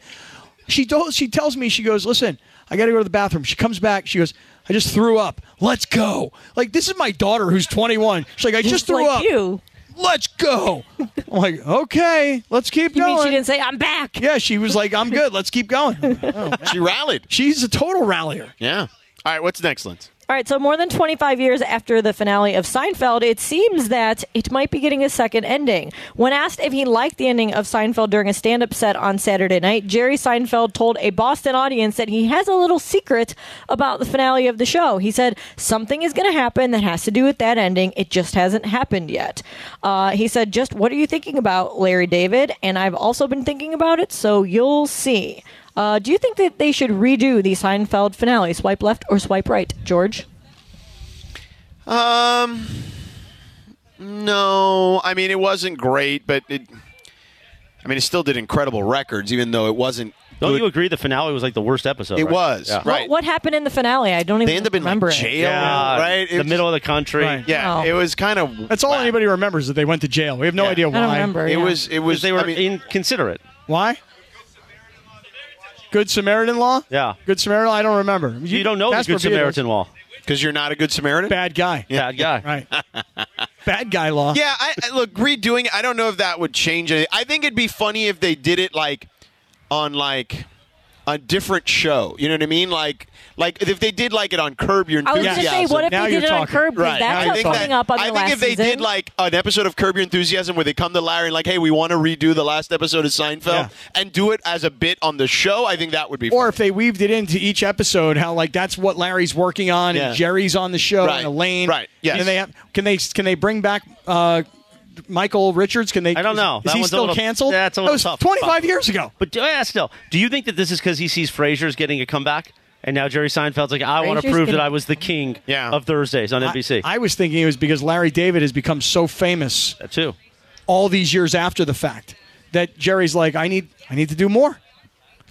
She told, she tells me she goes, "Listen, I got to go to the bathroom." She comes back. She goes, "I just threw up. Let's go." Like this is my daughter who's 21. She's like, "I just threw like up. you. Let's go." I'm like, "Okay, let's keep You going." mean she didn't say I'm back? yeah, she was like, "I'm good. Let's keep going." Oh, She rallied. she's a total rallier. Yeah. All right, what's next, Linz? All right, so more than 25 years after the finale of Seinfeld, it seems that it might be getting a second ending. When asked if he liked the ending of Seinfeld during a stand up set on Saturday night, Jerry Seinfeld told a Boston audience that he has a little secret about the finale of the show. He said, Something is going to happen that has to do with that ending. It just hasn't happened yet. Uh, he said, Just what are you thinking about, Larry David? And I've also been thinking about it, so you'll see. Uh, do you think that they should redo the Seinfeld finale? Swipe left or swipe right, George? Um, no, I mean it wasn't great, but it. I mean, it still did incredible records, even though it wasn't. Don't good. you agree the finale was like the worst episode? It right? was Yeah. right. What, what happened in the finale? I don't even They end up in like, remember it. jail, Yeah, right? The It's- middle of the country. Right. Yeah, Wow. it was kind of. That's all whack. anybody remembers is that they went to jail. We have no Yeah. idea I why. don't remember. It yeah. was. It was. They were I mean, inconsiderate. Why? Good Samaritan law. Yeah. Good Samaritan. law? I don't remember. You don't know the that's Good what Vito does. Samaritan law. because you're not a good Samaritan. Bad guy. Bad guy. (laughs) Right. (laughs) Bad guy law. Yeah, I, I look redoing. it, I don't know if that would change anything. I think it'd be funny if they did it like on like a different show. You know what I mean? Like like if they did like it on Curb Your I was Enthusiasm. going to say, what if Now they you're did it on talking. Curb? Because Right. That's I what's think coming that- up on I the think last if they season. did like an episode of Curb Your Enthusiasm where they come to Larry and like, hey, we want to redo the last episode of Seinfeld Yeah. and do it as a bit on the show, I think that would be Or fun. if they weaved it into each episode, how like that's what Larry's working on, Yeah. and Jerry's on the show, Right. and Elaine. Right. Yes. Can they have, can they can they bring back uh, Michael Richards? Can they? I don't know. Is, That he one's a still little- canceled? that's a that little was tough. 25 years ago. But do- yeah, still, do you think that this is because he sees Frasier's getting a comeback, and now Jerry Seinfeld's like, I want to Frasier's prove that getting- I was the king Yeah. of Thursdays on NBC. I, I was thinking it was because Larry David has become so famous that too. all these years after the fact that Jerry's like, I need I need to do more.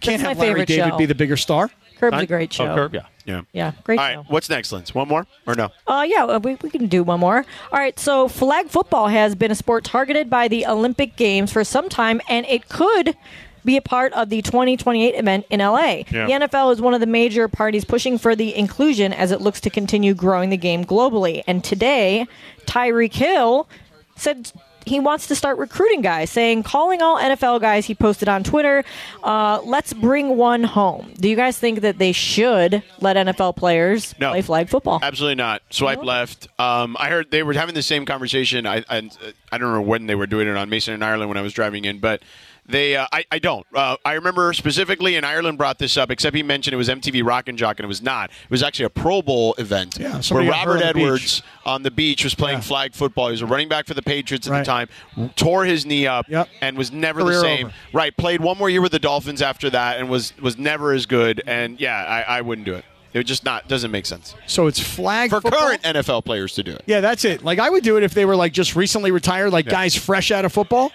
Can't That's my have Larry favorite David show. be the bigger star. Curb's a great show. Oh, Curb, yeah. yeah. Yeah, great All right, show. what's next, Linz? One more or no? Uh, yeah, uh, we, we can do one more. All right, so flag football has been a sport targeted by the Olympic Games for some time, and it could be a part of the 2028 event in LA. The NFL is one of the major parties pushing for the inclusion as it looks to continue growing the game globally. And today, Tyreek Hill said he wants to start recruiting guys, saying, calling all NFL guys, he posted on Twitter, uh, let's bring one home. Do you guys think that they should let NFL players No. play flag football? Absolutely not. Swipe left. Um, I heard they were having the same conversation. I, I I don't remember when they were doing it on Mason in Ireland when I was driving in, but they uh, I I don't. Uh, I remember specifically in Ireland brought this up. Except he mentioned it was MTV Rock and Jock, and it was not. It was actually a Pro Bowl event Yeah, where somebody got hurt Robert on the beach. Edwards on the beach was playing flag football. He was a running back for the Patriots at Right. the time. Tore his knee up Yep. and was never Career the same. over. Right. Played one more year with the Dolphins after that, and was was never as good. And yeah, I, I wouldn't do it. It would just not doesn't make sense So it's flag for football? current NFL players to do it. Yeah, that's it. Like I would do it if they were like just recently retired, like guys fresh out of football,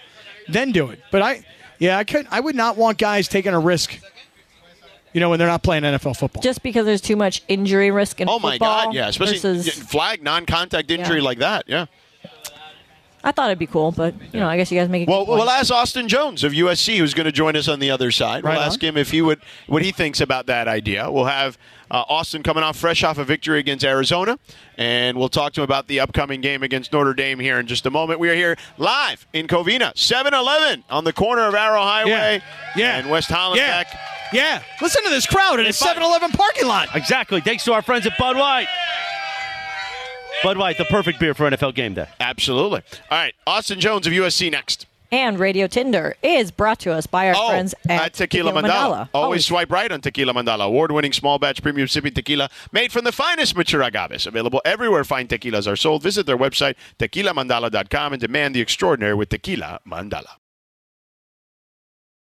then do it. But I, yeah, I could. I would not want guys taking a risk. You know, when they're not playing NFL football. just because there's too much injury risk in Oh football. my God! Yeah, especially versus- yeah, flag non-contact injury Yeah. like that. Yeah. I thought it'd be cool, but you know, I guess you guys make it. Well, we'll ask Austin Jones of USC, who's going to join us on the other side. We'll Right on. ask him if he would what he thinks about that idea. We'll have uh, Austin coming off fresh off a victory against Arizona, and we'll talk to him about the upcoming game against Notre Dame here in just a moment. We are here live in Covina, 7-Eleven on the corner of Arrow Highway Yeah. and West Holland. yeah, yeah. Listen to this crowd in a 7-Eleven parking lot. Exactly. Thanks to our friends at Bud White. Bud White, the perfect beer for NFL game day. Absolutely. All right, Austin Jones of USC next. and Radio Tinder is brought to us by our friends at, Oh, Oh. Tequila, Oh, Mandala. Always, swipe right on Tequila Mandala. Award-winning small batch premium sipping tequila made from the finest mature agaves. Available everywhere fine tequilas are sold. Visit their website, tequilamandala.com, and demand the extraordinary with Tequila Mandala.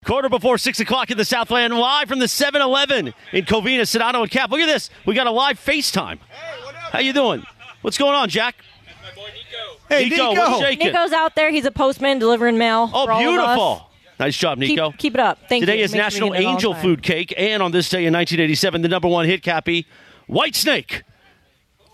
Quarter before 6 o'clock in the Southland, live from the 7 Eleven in Covina, Sedano, and Cap. Look at this. We got a live FaceTime. How you doing? What's going on, Jack? Hey, Nico, what's shaking? Nico's out there. He's a postman delivering mail. Oh, for all of us. beautiful. Nice job, Nico. Keep, keep it up. Thank Today you. is Make sure National we get it all the Angel time. Food Cake, and on this day in 1987, the number one hit cappy, White Snake.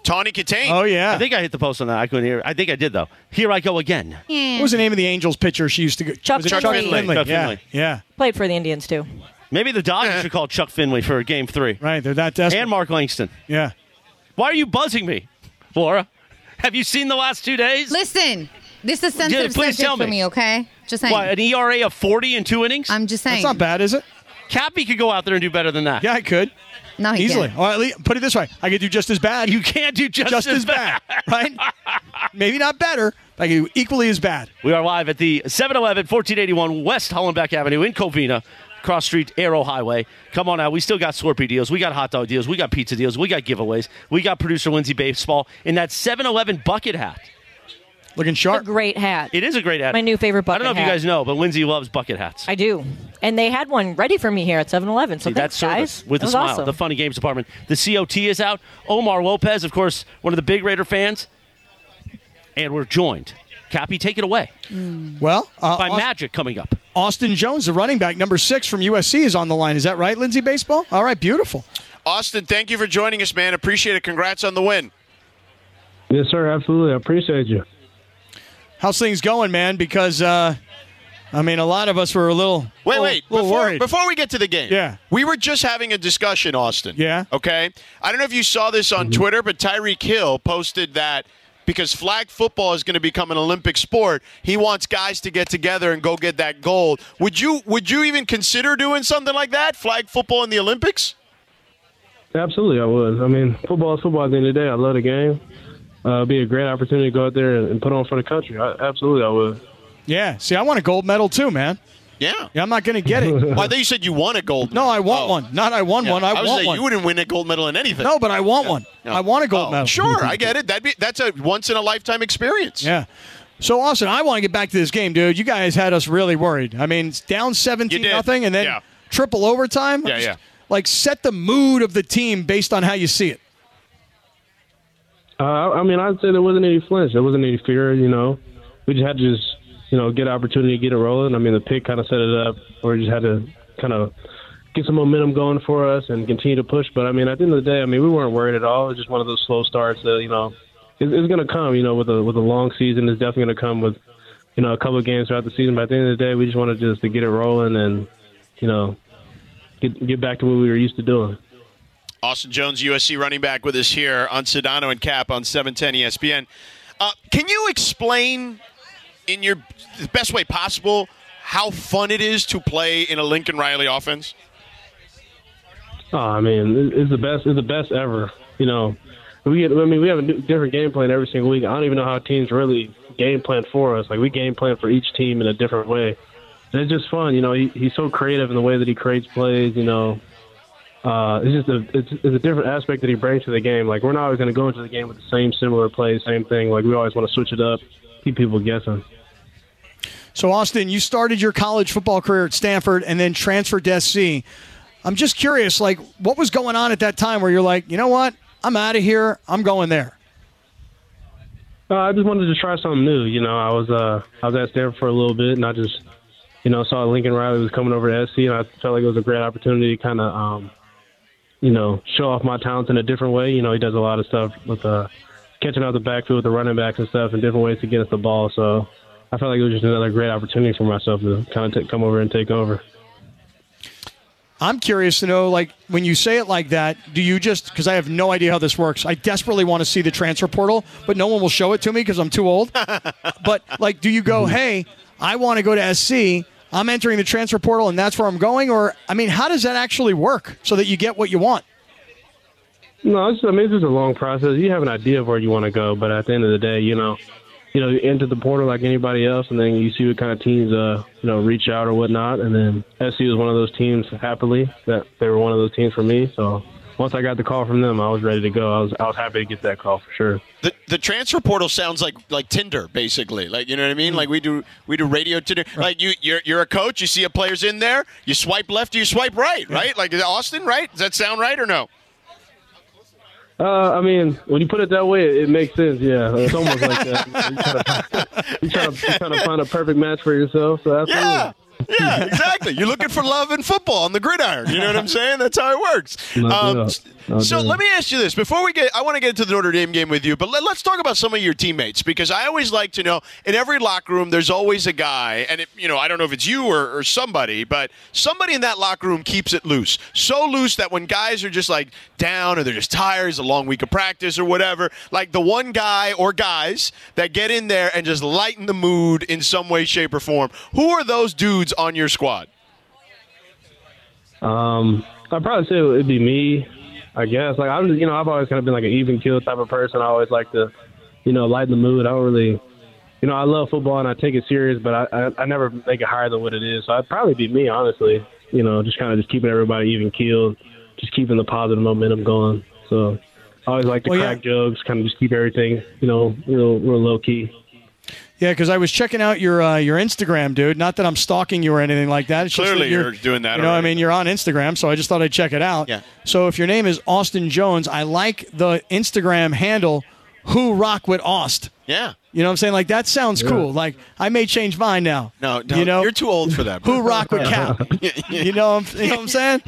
Tawny Catane. Oh yeah. I think I hit the post on that. I couldn't hear. I think I did though. Here I go again. what was the name of the Angels pitcher she used to go? Chuck was it Finley. Finley. Chuck yeah. Finley. Yeah. Played for the Indians too. Maybe the Dodgers should call Chuck Finley for game three. Right, they're that desperate. And Mark Langston. yeah. Why are you buzzing me, Laura? Have you seen the last two days? Listen, this is sensitive please subject tell for me. me, okay? Just saying. What, an ERA of 40 in two innings? I'm just saying. That's not bad, is it? Cappy could go out there and do better than that. Yeah, I could. No, he Easily. can't. Or at least put it this way I could do just as bad. You can't do just, just as bad, (laughs) right? Maybe not better, but I can do equally as bad. We are live at the 7-Eleven, 1481 West Hollenbeck Avenue in Covina, cross street Arrow Highway. Come on out. We still got Slurpee deals. We got hot dog deals. We got pizza deals. We got giveaways. We got producer Lindsay Baseball in that 7-Eleven bucket hat. Looking sharp. Great hat. It is a great hat. My new favorite I don't bucket know if you hat. guys know, but Lindsay loves bucket hats. I do. And they had one ready for me here at 7 Eleven. So See, thanks, that's service guys. with That a was smile. Awesome. The Funny Games Department. The COT is out. Omar Lopez, of course, one of the big Raider fans. And we're joined. Cappy, take it away. Well, uh, By Aust- Magic coming up. Austin Jones, the running back, number six from USC, is on the line. Is that right, Lindsey Baseball? All right, beautiful. Austin, thank you for joining us, man. Appreciate it. Congrats on the win. Yes, sir. Absolutely. I appreciate you. How's things going, man? Because, uh, I mean, a lot of us were a little. Wait, little- wait. little Before, worried. before we get to the game, Yeah. we were just having a discussion, Austin. Yeah. Okay. I don't know if you saw this on Twitter, but Tyreek Hill posted that because flag football is going to become an Olympic sport, he wants guys to get together and go get that gold. Would you Would you even consider doing something like that? Flag football in the Olympics? Absolutely, I was. I mean, football is football at the end of the day. I love the game. Uh, it'd be a great opportunity to go out there and, and put on for the country. I, absolutely, I would. Yeah. See, I want a gold medal too, man. Yeah. Yeah, I'm not going to get it. Well, (laughs) I thought you said you won a gold. No, I want Oh. one. Not I won Yeah. one. I, was want saying one. you wouldn't win a gold medal in anything. no, but I want one. No. I want a gold Oh, medal. Sure, I get it. That'd be that's a once in a lifetime experience. Yeah. So Austin, I want to get back to this game, dude. You guys had us really worried. I mean, it's down seventeen You did. nothing, and then Yeah. triple overtime. Yeah, yeah. Like set the mood of the team based on how you see it. Uh, I I mean, I'd say there wasn't any flinch. There wasn't any fear. You know, we just had to just you know get opportunity, get it rolling. I mean, the pick kind of set it up. We just had to kind of get some momentum going for us and continue to push. But I mean, at the end of the day, I mean, we weren't worried at all. It's just one of those slow starts that you know it's, it's going to come. You know, with a with a long season, it's definitely going to come with you know a couple of games throughout the season. But at the end of the day, we just wanted just to get it rolling and you know get get back to what we were used to doing. Austin Jones, USC running back, with us here on Sedano and Cap on E 710 ESPN. Uh, can you explain in your the best way possible how fun it is to play in a Lincoln Riley offense? Oh, I mean, it- it's the best. It's the best ever. You know, we get. I mean, we have a new- different game plan every single week. I don't even know how teams really game plan for us. Like we game plan for each team in a different way. And it's just fun. You know, he, he's so creative in the way that he creates plays. You know, uh, it's just a it's, it's a different aspect that he brings to the game. Like we're not always going to go into the game with the same similar plays, same thing. Like we always want to switch it up, keep people guessing. So Austin, you started your college football career at Stanford and then transferred to SC. I'm just curious, like what was going on at that time where you're like, you know what, I'm out of here, I'm going there. Uh, I just wanted to try something new. You know, I was uh, I was at Stanford for a little bit, and I just, you know, saw Lincoln Riley was coming over to SC, and I felt like it was a great opportunity to kind of, um, you know, show off my talents in a different way. You know, he does a lot of stuff with uh, catching out the backfield with the running backs and stuff, and different ways to get us the ball. So I felt like it was just another great opportunity for myself to kind of t- come over and take over. I'm curious to know, like, when you say it like that, do you just, because I have no idea how this works. I desperately want to see the transfer portal, but no one will show it to me because I'm too old. but, like, do you go, hey, I want to go to SC, I'm entering the transfer portal, and that's where I'm going? Or, I mean, how does that actually work so that you get what you want? No, it's, I mean, it's just a long process. You have an idea of where you want to go, but at the end of the day, you know, you know, you enter the portal like anybody else, and then you see what kind of teams, uh, you know, reach out or whatnot. And then SC was one of those teams. Happily, that they were one of those teams for me. So once I got the call from them, I was ready to go. I was, I was happy to get that call for sure. The, the transfer portal sounds like like Tinder, basically. Like you know what I Mm. mean? Like we do we do radio Tinder. Like you you're, you're a coach, you see a player's in there, you swipe left, you swipe right, right? Like Austin, right? Does that sound right or no? Uh, I mean, when you put it that way, it, it makes sense. Yeah, it's (laughs) almost like that. You try to, you try to, you try to find a perfect match for yourself. So absolutely. (laughs) Yeah. yeah, exactly. You're looking for love in football on the gridiron. You know what I'm saying? That's how it works. Knock it Um, up. Knock so it up. let me ask you this before we get. I want to get into the Notre Dame game with you, but let, us talk about some of your teammates because I always like to know. In every locker room, there's always a guy, and it, you know, I don't know if it's you or, or somebody, but somebody in that locker room keeps it loose, so loose that when guys are just like down or they're just tired, it's a long week of practice or whatever. Like the one guy or guys that get in there and just lighten the mood in some way, shape, or form. Who are those dudes on your squad? Um, I'd probably say it'd be me, I guess. Like I'm, you know, I've always kind of been like an even keel type of person. I always like to, you know, lighten the mood. I don't really, you know, I love football and I take it serious, but I, I, I never make it higher than what it is. So I'd probably be me, honestly. You know, just kind of just keeping everybody even keeled, just keeping the positive momentum going. So I always like to Well, yeah. crack jokes, kind of just keep everything, you know, real, real low key. Yeah, because I was checking out your uh, your Instagram, dude. Not that I'm stalking you or anything like that. It's just Clearly that you're doing that You know, already. I mean, you're on Instagram, so I just thought I'd check it out. Yeah. So if your name is Austin Jones, I like the Instagram handle. Who rock with Aust? Yeah. You know what I'm saying? Like that sounds cool. Like I may change mine now. No, no you know you're too old for that. bro. who rock with Cal. (laughs) you know, what I'm- you know what I'm saying?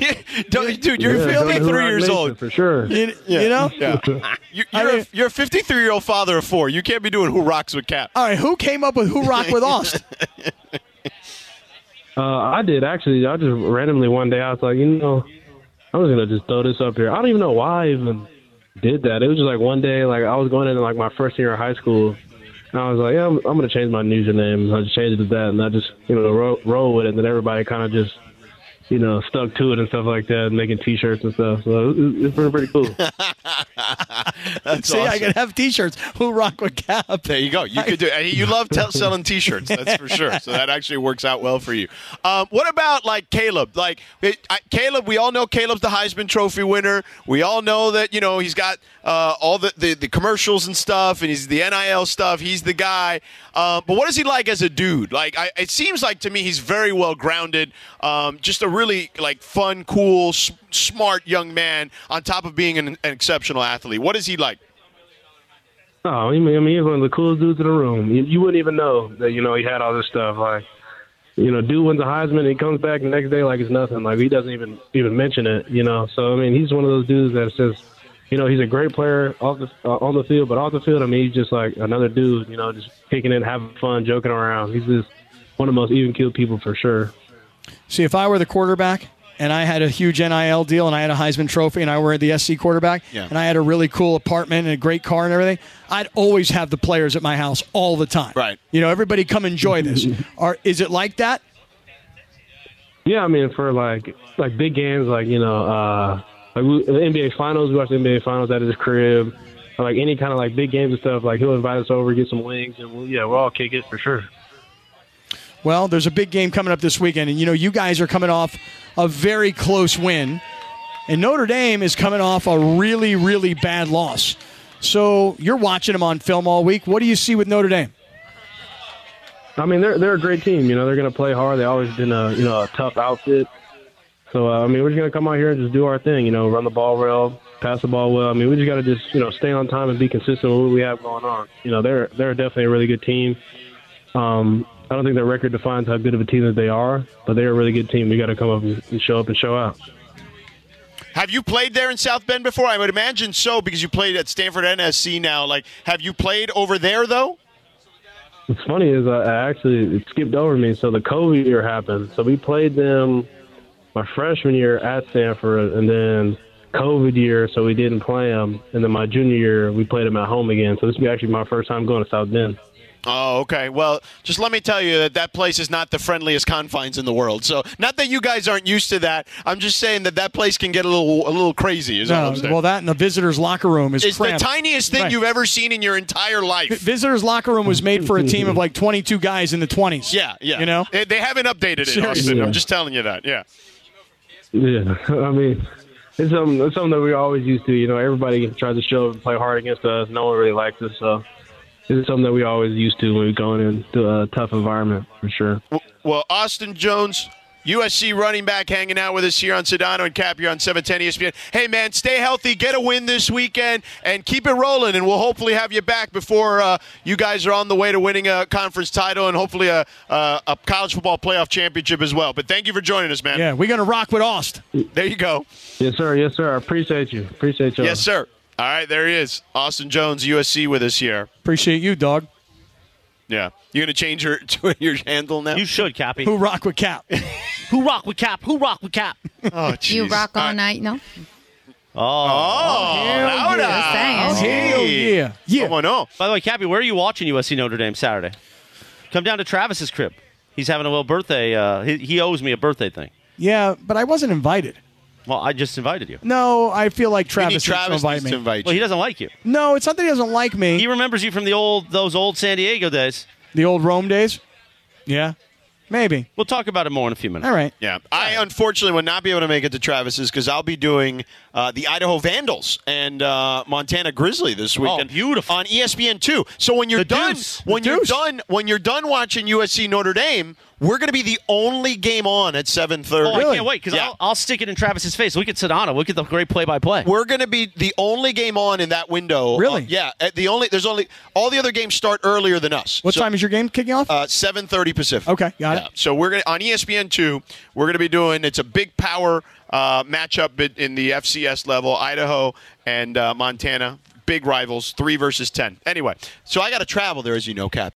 Don't- dude, you're Yeah, Johnny 53 Hurrah years Mason, old. For sure. You, you know? Yeah. You- I You're, a, mean- you're a 53 year old father of four. You can't be doing who rocks with Cap. All right, who came up with who rock (laughs) with Aust? Uh, I did actually. I just randomly one day I was like, you know, I'm just gonna just throw this up here. I don't even know why I even did that. It was just like one day, like I was going into like my first year of high school, and I was like, yeah, I'm, I'm gonna change my username. I just changed it to that, and I just you know roll, roll with it. And then everybody kind of just you know stuck to it and stuff like that, making T-shirts and stuff. So it, it's been pretty cool. (laughs) That's See, I awesome. could have T-shirts. Who rock with Cap? There you go. Oh, You could do. and (laughs) You love tell, selling T-shirts. That's for sure. So that actually works out well for you. Um, what about like Caleb? Like it, I, Caleb, we all know Caleb's the Heisman Trophy winner. We all know that you know he's got uh, all the, the the commercials and stuff, and he's the NIL stuff. He's the guy. Um, but what is he like as a dude? Like I, it seems like to me he's very well grounded. Um, just a really like fun, cool, s- smart young man. On top of being an, an exceptional athlete, what is he like? Oh, I mean, I mean, he's one of the coolest dudes in the room. You, you wouldn't even know that you know he had all this stuff. Like, you know, dude wins a Heisman, and he comes back the next day like it's nothing. Like he doesn't even even mention it. You know, so I mean, he's one of those dudes that's just, you know, he's a great player off the uh, on the field, but off the field, I mean, he's just like another dude. You know, just kicking it, having fun, joking around. He's just one of the most even keeled people for sure. See, if I were the quarterback and I had a huge NIL deal and I had a Heisman Trophy and I were the SC quarterback Yeah. and I had a really cool apartment and a great car and everything, I'd always have the players at my house all the time. Right. You know, everybody come enjoy this. Are, is it like that? Yeah, I mean, for like like big games, like you know, uh, like we, the NBA Finals, we watched the NBA Finals at his crib, or, like any kind of like big games and stuff. Like he'll invite us over, get some wings, and we'll, yeah, we'll all kick it for sure. Well, there's a big game coming up this weekend, and you know, you guys are coming off a very close win, and Notre Dame is coming off a really, really bad loss. So you're watching them on film all week. What do you see with Notre Dame? I mean, they're they're a great team. You know, they're gonna play hard. They always been a you know a tough outfit. So uh, I mean, we're just gonna come out here and just do our thing. You know, run the ball well, pass the ball well. I mean, we just gotta just you know stay on time and be consistent with what we have going on. You know, they're they're definitely a really good team. Um, I don't think their record defines how good of a team that they are, but they're a really good team. We gotta come up and- and show up and show out. Have you played there in South Bend before? I would imagine so because you played at Stanford NSC now. Like, have you played over there though? What's funny is I, I actually it skipped over me. So the COVID year happened. So we played them my freshman year at Stanford, and then COVID year, so we didn't play them. And then my junior year, we played them at home again. So this will be actually my first time going to South Bend. Oh, okay. Well, just let me tell you that that place is not the friendliest confines in the world. So, not that you guys aren't used to that. I'm just saying that that place can get a little a little crazy. Is all I'm saying. Uh, well, that and the visitors' locker room is it's the cramped. tiniest thing Right. you've ever seen in your entire life. visitors' locker room was made for a team of like 22 guys in the 20s. Yeah, yeah. You know, they, they haven't updated it, Seriously. Austin. Yeah. I'm just telling you that. Yeah. Yeah, (laughs) I mean, it's something, it's something that we're always used to. You know, everybody tries to show up and play hard against us. No one really likes us, so it's something that we always used to when we're going into a tough environment for sure. Well, Austin Jones, USC running back hanging out with us here on Sedano and Cap. You're on E 710 ESPN. Hey, man, stay healthy, get a win this weekend, and keep it rolling. And we'll hopefully have you back before uh, you guys are on the way to winning a conference title and hopefully a, a, a college football playoff championship as well. But thank you for joining us, man. Yeah, we're gonna rock with Aust. There you go. Yes, sir. Yes, sir. I appreciate you. Appreciate you. Yes, sir. All right, there he is. Austin Jones, USC, with us here. Appreciate you, dog. Yeah. You're going to change your, (laughs) to your handle now? You should, Cappy. Who rock with Cap? Who rock with Cap? Who rock with Cap? oh, You jeez. rock all All right. night, no? Oh. Oh, Just saying. Hell yeah, yeah. Come on, oh. By the way, Cappy, where are you watching USC Notre Dame Saturday? Come down to Travis's crib. He's having a little birthday. Uh, he, he owes me a birthday thing. Yeah, but I wasn't invited. Well, I just invited you. No, I feel like You need Travis, needs Travis to invite needs me. to invite Well, he you. doesn't like you. No, it's not that he doesn't like me. He remembers you from the old those old San Diego days. the old Rome days. Yeah, maybe. We'll talk about it more in a few minutes. All right. Yeah, I unfortunately will not be able to make it to Travis's because I'll be doing uh, the Idaho Vandals and uh, Montana Grizzly this weekend. Oh, beautiful. on E ESPN two. So when you're The done, deuce. when The you're deuce. done, when you're done watching USC Notre Dame, we're going to be the only game on at seven thirty. Oh, I can't wait because Yeah. I'll, I'll stick it in Travis's face. Look at Sedano. Look at the great play-by-play. We're going to be the only game on in that window. Really? Uh, yeah. at The only there's only all the other games start earlier than us. What So, time is your game kicking off? Uh, seven thirty Pacific. Okay, got it. So we're gonna on E ESPN two. We're gonna be doing it's a big power uh, matchup in- in the FCS level. Idaho and uh, Montana, big rivals, three versus ten. Anyway, so I got to travel there, as you know, Cap.